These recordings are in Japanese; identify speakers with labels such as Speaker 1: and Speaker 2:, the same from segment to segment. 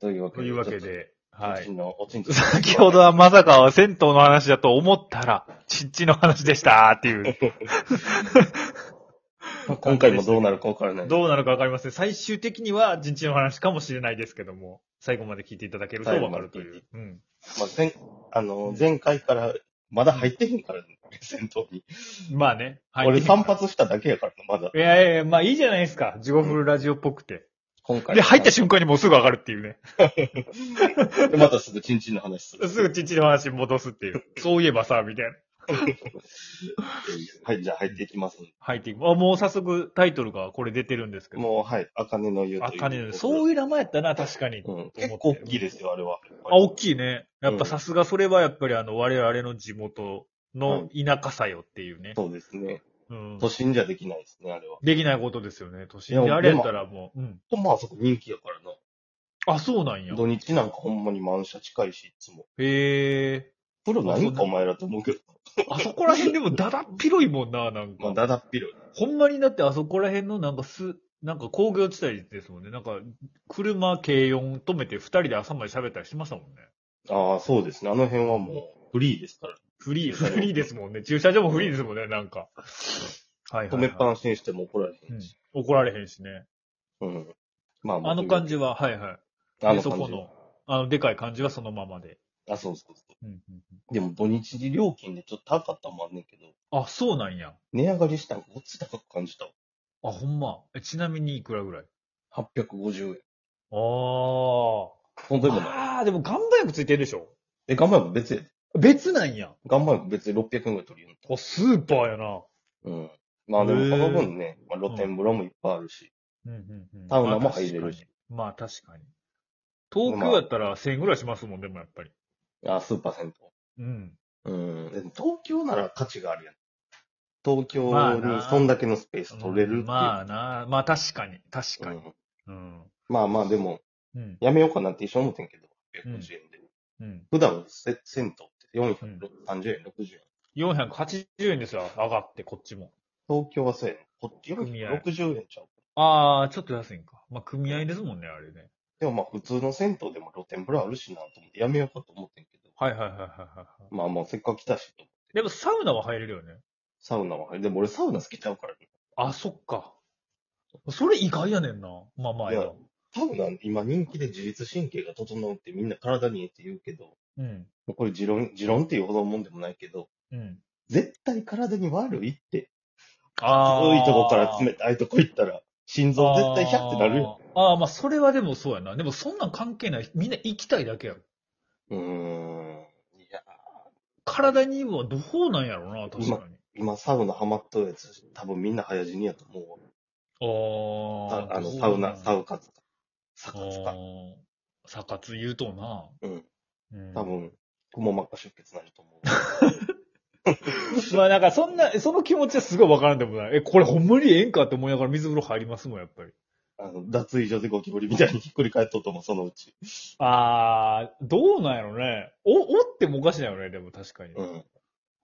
Speaker 1: というわけで。
Speaker 2: というわけ
Speaker 1: ちょっ
Speaker 2: で、
Speaker 1: と。
Speaker 2: は
Speaker 1: おち
Speaker 2: い。
Speaker 1: んのおちんちん
Speaker 3: 先ほどはまさか銭湯の話だと思ったら、ちっちの話でしたっていう。
Speaker 1: 今回もどうなるかわからない。
Speaker 3: どうなるかわかりません。最終的には、人知の話かもしれないですけども、最後まで聞いていただけるとわかるという。うん。
Speaker 1: まあ、前、あの、前回から、まだ入ってへんから、ね、戦闘に。
Speaker 3: まあね。は
Speaker 1: 俺散髪しただけやからな、まだ。
Speaker 3: いやいやいや、まあいいじゃないですか。地獄フルラジオっぽくて。
Speaker 1: 今回。
Speaker 3: で、入った瞬間にもうすぐ上がるっていうね。
Speaker 1: でまたすぐチンチンの話す る。
Speaker 3: すぐ父の話に戻すっ ていう。そういえばさ、みたいな。
Speaker 1: はい、じゃあ入っていきます。
Speaker 3: 入っていく。あ、もう早速タイトルがこれ出てるんですけど。
Speaker 1: もう、はい、あかねの言うと
Speaker 3: あ
Speaker 1: いう。
Speaker 3: かね、そういう名前やったな、確かに。
Speaker 1: う。ん。結構大きいですよ、あれは。
Speaker 3: あ、大きいね。やっぱさすがそれはやっぱりあの、我々の地元の田舎さよっていうね。
Speaker 1: そうですね。
Speaker 3: うん。
Speaker 1: 都心じゃできないですね、あれは。
Speaker 3: できないことですよね、都
Speaker 1: い
Speaker 3: 心
Speaker 1: や
Speaker 3: で。あれやったらもう。うん。
Speaker 1: ほんまあそこ人気やからな。
Speaker 3: あ、そうなんや。
Speaker 1: 土日なんかほんまに満車近いし、いつも。
Speaker 3: へえ。
Speaker 1: プロないん
Speaker 3: あ
Speaker 1: か
Speaker 3: そう
Speaker 1: お前らと思うけど。
Speaker 3: あそこら辺でもだだっ広いもんな、なんか。
Speaker 1: まあ、だだっぴる。
Speaker 3: ほんまにだってあそこら辺のなんかす、なんか工業地帯ですもんね。なんか、車軽4止めて二人で朝まで喋ったりしましたもんね。
Speaker 1: ああ、そうですね。あの辺はもう、フリーですから。
Speaker 3: フリー、フリーですもんね。駐車場もフリーですもんね、なんか。はいはい、
Speaker 1: 止めっぱなしにしても怒られへんし。
Speaker 3: うん怒られへんしね。
Speaker 1: うん。まあま
Speaker 3: あの感じは、はいはい。
Speaker 1: あ
Speaker 3: で
Speaker 1: の
Speaker 3: そ
Speaker 1: 感
Speaker 3: こ
Speaker 1: じ。
Speaker 3: の、あの、でかい感じはそのままで。
Speaker 1: あ、そうそうそ
Speaker 3: うんうん
Speaker 1: う。でも土日料金でちょっと高かったもんあんねんけど、
Speaker 3: うん、あ、そうなんや。
Speaker 1: 値上がりしたんごっつ高く感じたわ。
Speaker 3: あ、ほんま。えちなみにいくらぐらい
Speaker 1: 850円。
Speaker 3: あー。
Speaker 1: ほんとでもない。
Speaker 3: あー、でも岩盤浴ついてるでしょ
Speaker 1: え、頑張れば別や。
Speaker 3: 別なんや。
Speaker 1: 頑張れば別に600円ぐらい取りよ
Speaker 3: あ、スーパーやな。
Speaker 1: ううん。まあでもその
Speaker 3: へー
Speaker 1: 分ね、まあ、露天風呂もいっぱいあるし。
Speaker 3: うんうんうん
Speaker 1: サウナも入れるし。
Speaker 3: まあ確かに。まあ確かに東京やったら1000円ぐらいしますもん、でもやっぱり。
Speaker 1: あ、スーパー銭
Speaker 3: うん。
Speaker 1: 湯。うん。でも東京なら価値があるやん。東
Speaker 3: ま
Speaker 1: 京
Speaker 3: あ
Speaker 1: に
Speaker 3: な
Speaker 1: そんだけのスペース取れるっていう。
Speaker 3: まあな、まあ確かに、確か
Speaker 1: う
Speaker 3: に。
Speaker 1: ん
Speaker 3: うん。
Speaker 1: まあまあでも、
Speaker 3: うん。
Speaker 1: やめようかなって一生思ってんけど、850円で。
Speaker 3: うん。
Speaker 1: 普段せ銭湯って
Speaker 3: うん
Speaker 1: 430円、60円。
Speaker 3: 480円ですよ、上がって、こっちも。
Speaker 1: 東京はそうやねこっち
Speaker 3: 組合
Speaker 1: 460円ちゃう。
Speaker 3: ああ、ちょっと安いんか。まあ組合ですもんね、あれね。
Speaker 1: でもまあ普通の銭湯でも露天風呂あるしなと思ってやめようかと思ってんけど。
Speaker 3: はいはいはいはいはいはい。
Speaker 1: まあまあせっかく来たしと、
Speaker 3: でもサウナは入れるよね。
Speaker 1: サウナは入る。でも俺サウナ好きちゃうからね。
Speaker 3: あ、そっか。それ意外やねんな。まあまあや
Speaker 1: いや。サウナ今人気で自律神経が整うってみんな体にええって言うけど、も
Speaker 3: うん。
Speaker 1: うこれ持論、持論っていうほどのもんでもないけど、
Speaker 3: うん。
Speaker 1: 絶対体に悪いって。
Speaker 3: あ
Speaker 1: 遠いとこから冷たいとこ行ったら、心臓絶対ヒャってなるよ。
Speaker 3: あーあー、まあそれはでもそうやな。でもそんなん関係ない。みんな行きたいだけやろ。
Speaker 1: うーん。いや
Speaker 3: 体にはどうなんやろな、確かに。
Speaker 1: 今サウナハマっとるやつ、多分みんな早死にやと思うわ。
Speaker 3: あ
Speaker 1: あ
Speaker 3: あ。
Speaker 1: あの、サウナ、サ
Speaker 3: ウ
Speaker 1: ウカツか。サカツか。
Speaker 3: サカツ言うとな。
Speaker 1: うん。
Speaker 3: うん
Speaker 1: 多。分、くも膜下出血になると思う。
Speaker 3: まあなんかそんな、その気持ちはすごいわからんでもない。え、これほんまにええんかって思いながら水風呂入りますもん、やっぱり。
Speaker 1: あの、脱衣所でゴキブリみたいにひっくり返っとうとも、そのうち。
Speaker 3: ああ、どうなんやろね。お、おってもおかしないよね、でも確かに。
Speaker 1: うん。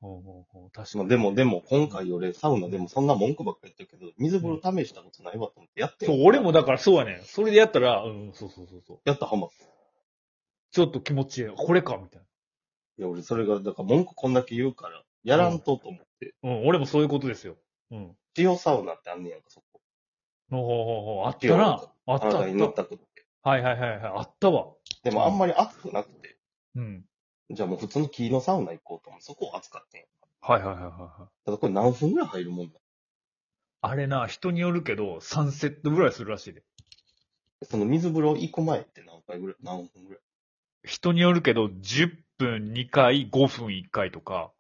Speaker 3: ほうほうほう確か
Speaker 1: まあ
Speaker 3: に。
Speaker 1: でも、でも、今回俺、サウナでもそんな文句ばっかり言ってるけど、水風呂試したことないわと思って、やってん
Speaker 3: そう、俺もだからそうやねん。それでやったら、うん、そうそうそうそう。
Speaker 1: やったはまった。い
Speaker 3: ちょっと気持ちいい。これか、みたい
Speaker 1: や、俺、それが、だから文句こんだけ言うから、やらんとと思って。
Speaker 3: な。うん、俺もそういうことですよ。うん。
Speaker 1: 塩サウナってあんねやんか、そこ。
Speaker 3: ほうほうほうほう。あったな。あった。あ
Speaker 1: 体に乗
Speaker 3: っ
Speaker 1: ったくって。
Speaker 3: たはいはいはいはい。あったわ。
Speaker 1: でも、あんまり熱くなくて。
Speaker 3: うん。
Speaker 1: じゃあもう普通の木のサウナ行こうと思って、そこを熱かってんやん。
Speaker 3: はいはいはいはいはい。
Speaker 1: ただこれ何分ぐらい入るもんだ
Speaker 3: あれな、人によるけど、3セットぐらいするらしいで。
Speaker 1: その水風呂行く前って何回ぐらい何分ぐらい
Speaker 3: 人によるけど、10分2回、5分1回とか、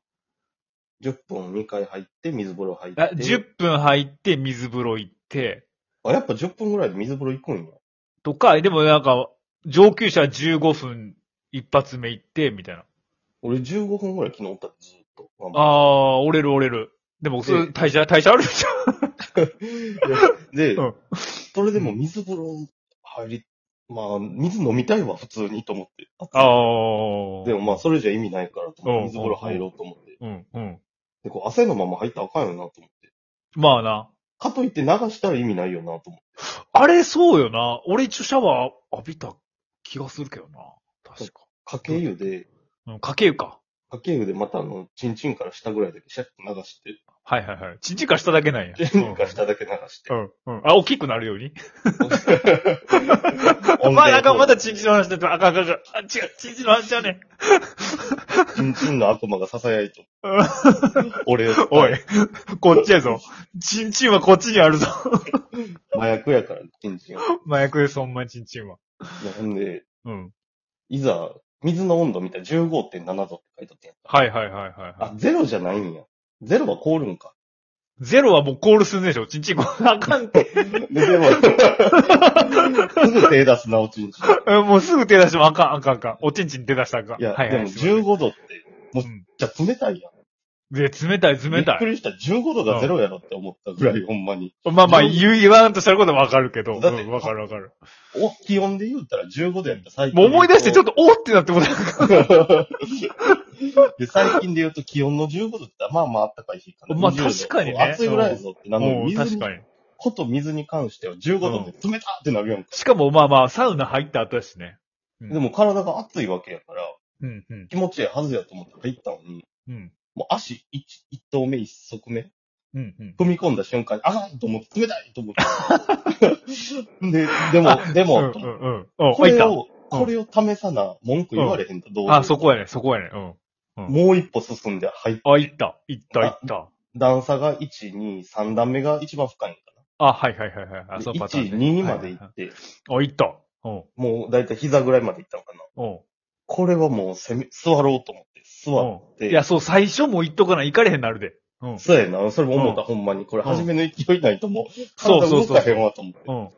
Speaker 1: ?10 分2回入って、水風呂入って。
Speaker 3: あ10分入って水風呂行って、
Speaker 1: あ、やっぱ10分ぐらいで水風呂行くんや。
Speaker 3: とか、でもなんか、上級者は15分一発目行って、みたいな。
Speaker 1: 俺15分ぐらい昨日おったでずっと。
Speaker 3: ああ、折れる折れる。でも、それ、
Speaker 1: で
Speaker 3: 代謝、代謝あるでしょ
Speaker 1: で、
Speaker 3: うん
Speaker 1: それでも水風呂入り、まあ、水飲みたいわ、普通にと思って。
Speaker 3: ああ。
Speaker 1: でもまあ、それじゃ意味ないからと思っ
Speaker 3: うん
Speaker 1: て、水風呂入ろうと思って。
Speaker 3: うん、うん。
Speaker 1: で、こう汗のまま入ったらあかんよなと思って。
Speaker 3: まあな。
Speaker 1: かといって流したら意味ないよなと思って。
Speaker 3: あれ、そうよな。俺一応シャワー浴びた気がするけどな。確か。
Speaker 1: かけ湯で、
Speaker 3: うん、かけ湯か。
Speaker 1: かけ湯でまたあの、チンチンから下ぐらいだけシャッと流 して、
Speaker 3: はいはいはい。ちんちんかしただけなんや。
Speaker 1: チンチンから下だけ流して
Speaker 3: う。ん、うん。あ、大きくなるよう に。
Speaker 1: 温
Speaker 3: まあ、なん
Speaker 1: 泉
Speaker 3: か
Speaker 1: を
Speaker 3: まだチンチンの話だと、あかんあかんあかん。あ、違う、チンチンの話じゃね
Speaker 1: チンチンの悪魔が囁いと
Speaker 3: うん。
Speaker 1: 俺、
Speaker 3: おい、 こっちやぞ。チンチンはこっちにあるぞ。
Speaker 1: 麻薬やから、チンチンは。
Speaker 3: 麻薬です、ほんまにチンチンは。
Speaker 1: なんで、
Speaker 3: うん。
Speaker 1: いざ、水の温度見たら15.7度って書いてあって。
Speaker 3: はいはいはいはい、は
Speaker 1: あ、ゼロじゃないんや。ゼロは凍るんか。
Speaker 3: い。ゼロはもうコールするんでしょチンチンコあかんって。
Speaker 1: で、でも、すぐ手出すな、おちんちん。い
Speaker 3: うん もうすぐ手出してもあかんあかんあかん。おちんちん手出したらあかん。
Speaker 1: や、
Speaker 3: はいは
Speaker 1: でも
Speaker 3: い。
Speaker 1: 15度って、
Speaker 3: う
Speaker 1: もうんじゃ冷たいやん。
Speaker 3: で、冷たい冷た
Speaker 1: び
Speaker 3: い。
Speaker 1: っくりした。15度がゼロやろって思ったぐらい、ほんまに。
Speaker 3: まあまあ、言う言わんとしたことはわかるけど。
Speaker 1: だって
Speaker 3: うんわかるわかる。
Speaker 1: お、気温で言うたら15度やった最近。
Speaker 3: もう思い出してちょっ
Speaker 1: っ
Speaker 3: とおーってなってもうた。
Speaker 1: と。で、最近で言うと気温の15度って、まあまああったかい日かな。
Speaker 3: まあ
Speaker 1: 20度
Speaker 3: 確かにね
Speaker 1: 暑いぐらいやぞってなのに、
Speaker 3: もう
Speaker 1: 水
Speaker 3: 確
Speaker 1: に
Speaker 3: かに。
Speaker 1: こと水に関しては15度で冷たってなるやんか。
Speaker 3: しかもまあまあ、サウナ入った後だしね。うん
Speaker 1: でも体が熱いわけやから、
Speaker 3: うんうん
Speaker 1: 気持ちいいはずやと思って入ったのに、
Speaker 3: うん
Speaker 1: もう足一、一投目一足目、
Speaker 3: うんうん。
Speaker 1: 踏み込んだ瞬間に、あかんと思って、冷たいと 思って。で、でも、で
Speaker 3: うん
Speaker 1: も、
Speaker 3: うんうん。うん、
Speaker 1: これ
Speaker 3: 入っ
Speaker 1: を、これを試さな、文句言われへんと、どう
Speaker 3: た。あ、そこやね、そこやね。うん。
Speaker 1: もう一歩進んで入っ
Speaker 3: あ、行った。行った、行った。
Speaker 1: 段差が1、2、3段目が一番深いんか
Speaker 3: あ、はいはいはいはい。
Speaker 1: な。
Speaker 3: あ、
Speaker 1: で
Speaker 3: そうパター
Speaker 1: 1、
Speaker 3: ンね。
Speaker 1: 2まで行
Speaker 3: はい
Speaker 1: って、
Speaker 3: はいはいあ、行った。うん。
Speaker 1: もうだいたい膝ぐらいまで行ったのかな。
Speaker 3: うん
Speaker 1: これはもう攻め、座ろうと思って、座っ
Speaker 3: うん。
Speaker 1: て。
Speaker 3: いや、そう、最初も行っとかない。行かれへんなるで。うん。
Speaker 1: そうやな。それも思った、
Speaker 3: うん
Speaker 1: ほんまに。これ、
Speaker 3: うん
Speaker 1: 初めの勢いないともう、
Speaker 3: そうそうそう
Speaker 1: 体動かへんわと思って。
Speaker 3: うん。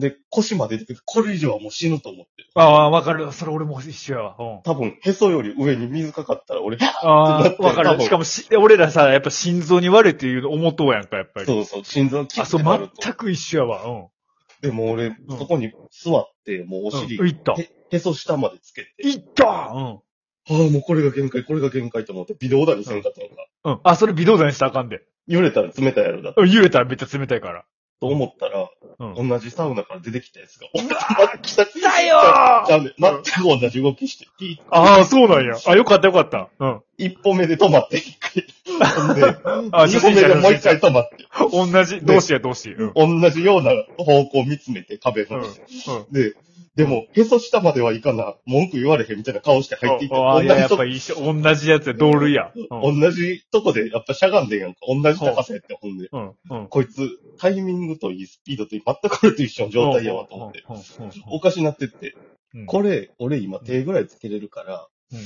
Speaker 1: で、腰まで出てくる、これ以上はもう死ぬと思って。
Speaker 3: ああ、わかる。それ俺も一緒やわ。うん。
Speaker 1: 多分、へそより上に水かかったら俺、
Speaker 3: ああ、わ
Speaker 1: 多
Speaker 3: かる。
Speaker 1: 分
Speaker 3: しかもし、俺らさ、やっぱ心臓に悪いっていうの思とうやんか、やっぱり。
Speaker 1: そうそう、心臓キ
Speaker 3: あ、
Speaker 1: ッ
Speaker 3: そ
Speaker 1: てなる
Speaker 3: う、
Speaker 1: と。
Speaker 3: 全く一緒やわ。うん。
Speaker 1: でも俺、そこに座って、もうお尻、
Speaker 3: うん行った。
Speaker 1: へへそ下までつけて、
Speaker 3: 行ったうん。
Speaker 1: ああ、もうこれが限界、これが限界と思って、微動だにせんかったのか。
Speaker 3: うん。あ、それ微動だにしたらあかんで。
Speaker 1: 揺れたら冷たいやろだ
Speaker 3: うん揺れたらめっちゃ冷たいから。
Speaker 1: と思ったら、
Speaker 3: う
Speaker 1: 同じサウナから出てきたやつが、お前、来た、来
Speaker 3: だ
Speaker 1: ちゃ
Speaker 3: よー
Speaker 1: うね。全く同じ動きして、ピーって
Speaker 3: ああ、そうなんや。あ、よかったよかった。うん。
Speaker 1: 一歩目で止まって、 一回。ほんで、
Speaker 3: あ
Speaker 1: 二歩目でもう一回止まって、
Speaker 3: 同じ、同士や同士。うん。うん。
Speaker 1: 同じような方向を見つめて壁
Speaker 3: うん
Speaker 1: の。で、でも、へそ下まではいかな、文句言われへんみたいな顔して入っていった。
Speaker 3: ああ、
Speaker 1: 同
Speaker 3: い
Speaker 1: じ
Speaker 3: や、やっ
Speaker 1: とこ、
Speaker 3: ぱ一緒、同じやつや、同類や。うん。
Speaker 1: 同じとこでやっぱしゃがんでんやんか。同じ高さやって、ほんで。
Speaker 3: うん。うん。
Speaker 1: こいつ、タイミングといい、スピードといい、全くこれと一緒の状態やわと思って。
Speaker 3: うん。うん
Speaker 1: おかしなってって、
Speaker 3: うん
Speaker 1: これ、俺今手ぐらいつけれるから、
Speaker 3: うん。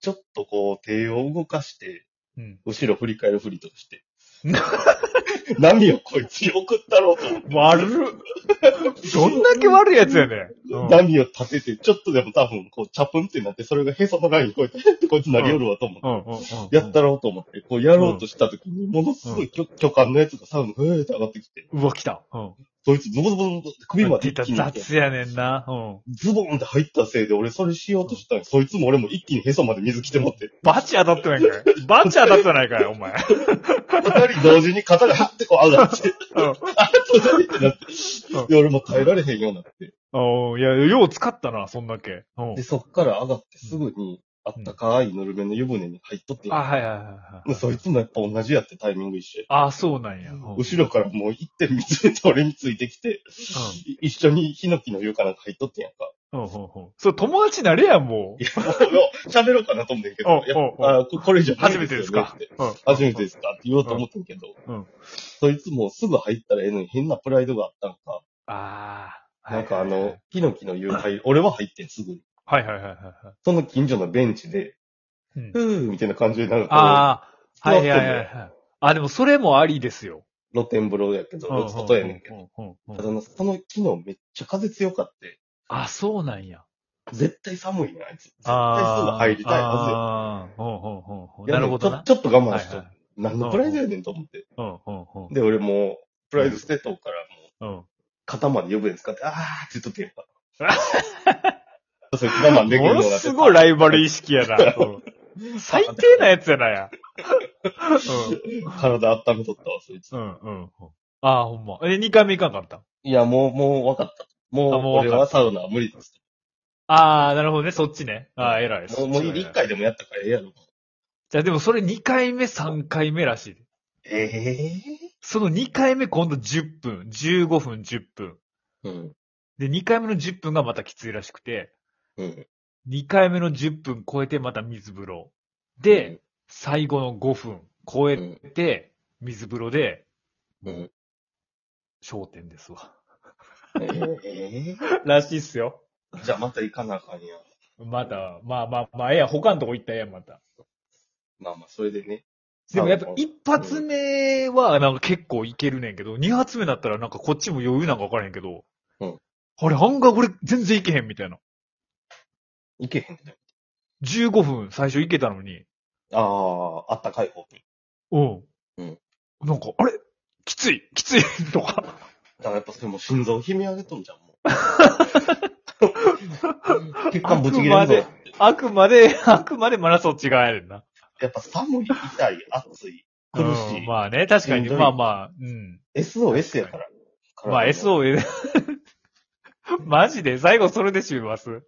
Speaker 1: ちょっとこう、手を動かして、
Speaker 3: うん。
Speaker 1: 後ろ振り返るふりとかして。波をこいつに送ったろうと思って。
Speaker 3: 悪っ。どんだけ悪いやつやねん。うん
Speaker 1: 波を立てて、ちょっとでも多分、こう、チャプンってなって、それがへそのライン越えて、へってこいつなりよるわと思って。
Speaker 3: うん。うん。
Speaker 1: やったろうと思って、こうやろうとした時に、ものすごい巨巨漢のやつがサウナ、ふーって上がってきて、
Speaker 3: うわ、来た。うん。
Speaker 1: そいつズボズボズボって首まで一気に行って、
Speaker 3: 雑やねんな。うん。
Speaker 1: ズボンって入ったせいで、俺それしようとしたら、そいつも俺も一気にへそまで水来てもって、
Speaker 3: バチ当たってないかいバチ当たってないかいお前。
Speaker 1: 二人同時に肩がハッてこう上がって、
Speaker 3: うん
Speaker 1: あっと何ってなって、
Speaker 3: うん
Speaker 1: で俺も耐えられへんようになって。
Speaker 3: おーいや、よう使ったな、そんだけ。うん
Speaker 1: で、そっから上がってすぐに、あったかいぬるめの湯船に入っとって、
Speaker 3: あ、はいはいはいはい。
Speaker 1: そいつもやっぱ同じやってタイミング一緒や
Speaker 3: あ、そうなんや。うん
Speaker 1: 後ろからもう一点見つめて俺についてきて、い一緒にヒノキの湯かなんか入っとってんやんか。
Speaker 3: うんうんうんうんそれ友達なれや、もう。
Speaker 1: もう喋ろうかなと思ってんけ
Speaker 3: お
Speaker 1: ど、
Speaker 3: う
Speaker 1: やっ
Speaker 3: おうお
Speaker 1: ぱ、あここれ以上無
Speaker 3: 初
Speaker 1: 理
Speaker 3: めてですか
Speaker 1: よねって。
Speaker 3: うん
Speaker 1: 初めてですかって言おうと思ってんけど、
Speaker 3: うん
Speaker 1: そいつもすぐ入ったらええのに変なプライドがあったのか、
Speaker 3: ああ。
Speaker 1: なんかあ
Speaker 3: はい
Speaker 1: の、ヒノキの湯入る、俺は入ってんすぐに。
Speaker 3: はいはいはいはいはい。
Speaker 1: その近所のベンチで、
Speaker 3: うん
Speaker 1: ふーみたいな感じになるから、
Speaker 3: ああ、はいはいはいはい。あ、でもそれもありですよ。
Speaker 1: 露天風呂やけど、
Speaker 3: うんうん
Speaker 1: 外やねんけど。
Speaker 3: うんうんうん
Speaker 1: ただの、その機能めっちゃ風強かって、
Speaker 3: あ、そうなんや。
Speaker 1: 絶対寒いねん、あいつ。絶対
Speaker 3: ああ。
Speaker 1: すぐ入りたいはずよ。
Speaker 3: ああうんうんうんうん
Speaker 1: いや
Speaker 3: なるほどな。
Speaker 1: ちょちょっと我慢
Speaker 3: はい
Speaker 1: しと
Speaker 3: は
Speaker 1: る
Speaker 3: い。
Speaker 1: 何のプライドやねんと思って。
Speaker 3: うんうん
Speaker 1: で、俺もう、プライド捨てとうから、もう、
Speaker 3: うんうん。
Speaker 1: 肩まで呼ぶやつ使って、あーって言っとってんやん か。それ我慢できるよ
Speaker 3: も
Speaker 1: う
Speaker 3: の
Speaker 1: になって
Speaker 3: すごいライバル意識 やな。うん最低なやつやな や。
Speaker 1: 体温めとったわ、そいつ
Speaker 3: う。ん。うんうんうん。ああ、ほんま。え、二回目いかんかった。
Speaker 1: いや、もう、もう分かった。もう
Speaker 3: あ、もう分かった
Speaker 1: 俺はサウナは無理です。
Speaker 3: ああ、なるほどね。そっちね。ああ、偉い。
Speaker 1: もう、もう
Speaker 3: そっちの偉い
Speaker 1: 一。回でもやったからええやろ。
Speaker 3: じゃあでもそれ2回目、3回目らしい。
Speaker 1: ええ
Speaker 3: その2回目今度10分、15分、10分。
Speaker 1: うん。
Speaker 3: で、2回目の10分がまたきついらしくて、
Speaker 1: うん。
Speaker 3: 2回目の10分超えてまた水風呂。で、最後の5分超
Speaker 1: う
Speaker 3: え
Speaker 1: ん、
Speaker 3: て、水風呂で、
Speaker 1: うん。
Speaker 3: 焦点で すわ。
Speaker 1: ええ
Speaker 3: らしいっすよ。
Speaker 1: じゃあまた行かなあかんやん。
Speaker 3: また、まあまあまあ、ええやん、他のとこ行ったらええやん、また。
Speaker 1: まあまあ、それでね。
Speaker 3: でもやっぱ
Speaker 1: さあ
Speaker 3: 一発目はなんか結構いけるねんけど、二発目だったらなんかこっちも余裕なんかわからへんけど、
Speaker 1: うん
Speaker 3: あれ案外俺全然いけへんみたいな。
Speaker 1: 行けへんね。
Speaker 3: 15分最初いけたのに、
Speaker 1: ああ、あったかい方に。
Speaker 3: うん。
Speaker 1: うん
Speaker 3: なんか、あれきついきつい とか。
Speaker 1: だからやっぱそれもう心臓を悲鳴上げとんじゃん、も う。血管ぶち切れ
Speaker 3: あ
Speaker 1: る
Speaker 3: くまで
Speaker 1: ぞ。
Speaker 3: あくまで、あくまでマラソン違うやねんな。
Speaker 1: やっぱ寒い、痛い、暑い、苦しい。
Speaker 3: うんまあね、確
Speaker 1: し
Speaker 3: かに、
Speaker 1: んどい
Speaker 3: まあまあ、うん。
Speaker 1: SOS やから。
Speaker 3: まあ SO で、 マジで最後それで終ます。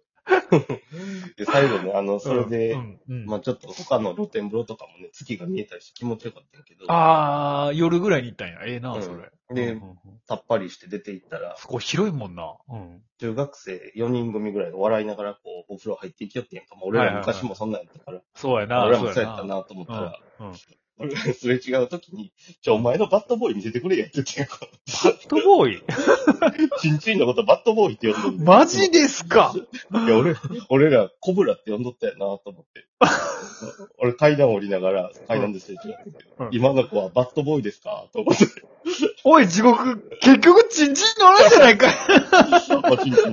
Speaker 1: で、最後ね、あの、それで、
Speaker 3: うんうんうん
Speaker 1: まあちょっと他の露天風呂とかもね、月が見えたりして気持ちよかったんやけど、
Speaker 3: ああ、夜ぐらいに行ったんや。ええな、
Speaker 1: うん
Speaker 3: それ。
Speaker 1: で
Speaker 3: うんうんうん
Speaker 1: さっぱりして出て行ったら、
Speaker 3: そこ広いもんな。うん。
Speaker 1: 中学生4人組ぐらいが笑いながらこう、お風呂入っていきよってんやんか。もう俺ら昔もそんなんやったから、
Speaker 3: そうやな、
Speaker 1: 俺らもそうやったなと思ったら、
Speaker 3: うんうん
Speaker 1: 俺らすれ違う時に、ちょ、お前のバットボーイ見せてくれやって言ってんやんか。
Speaker 3: バットボーイ
Speaker 1: チンチンのことバットボーイって呼んどんねん
Speaker 3: マジですか
Speaker 1: いや、俺、俺ら、コブラって呼んどったよなと思っ て。俺、階段降りながら、階段ですれ違うんですけ
Speaker 3: うん
Speaker 1: ど、今の子はバットボーイですかと思って、
Speaker 3: おい、地獄、結局、チンチンの話じゃないか
Speaker 1: パチンチン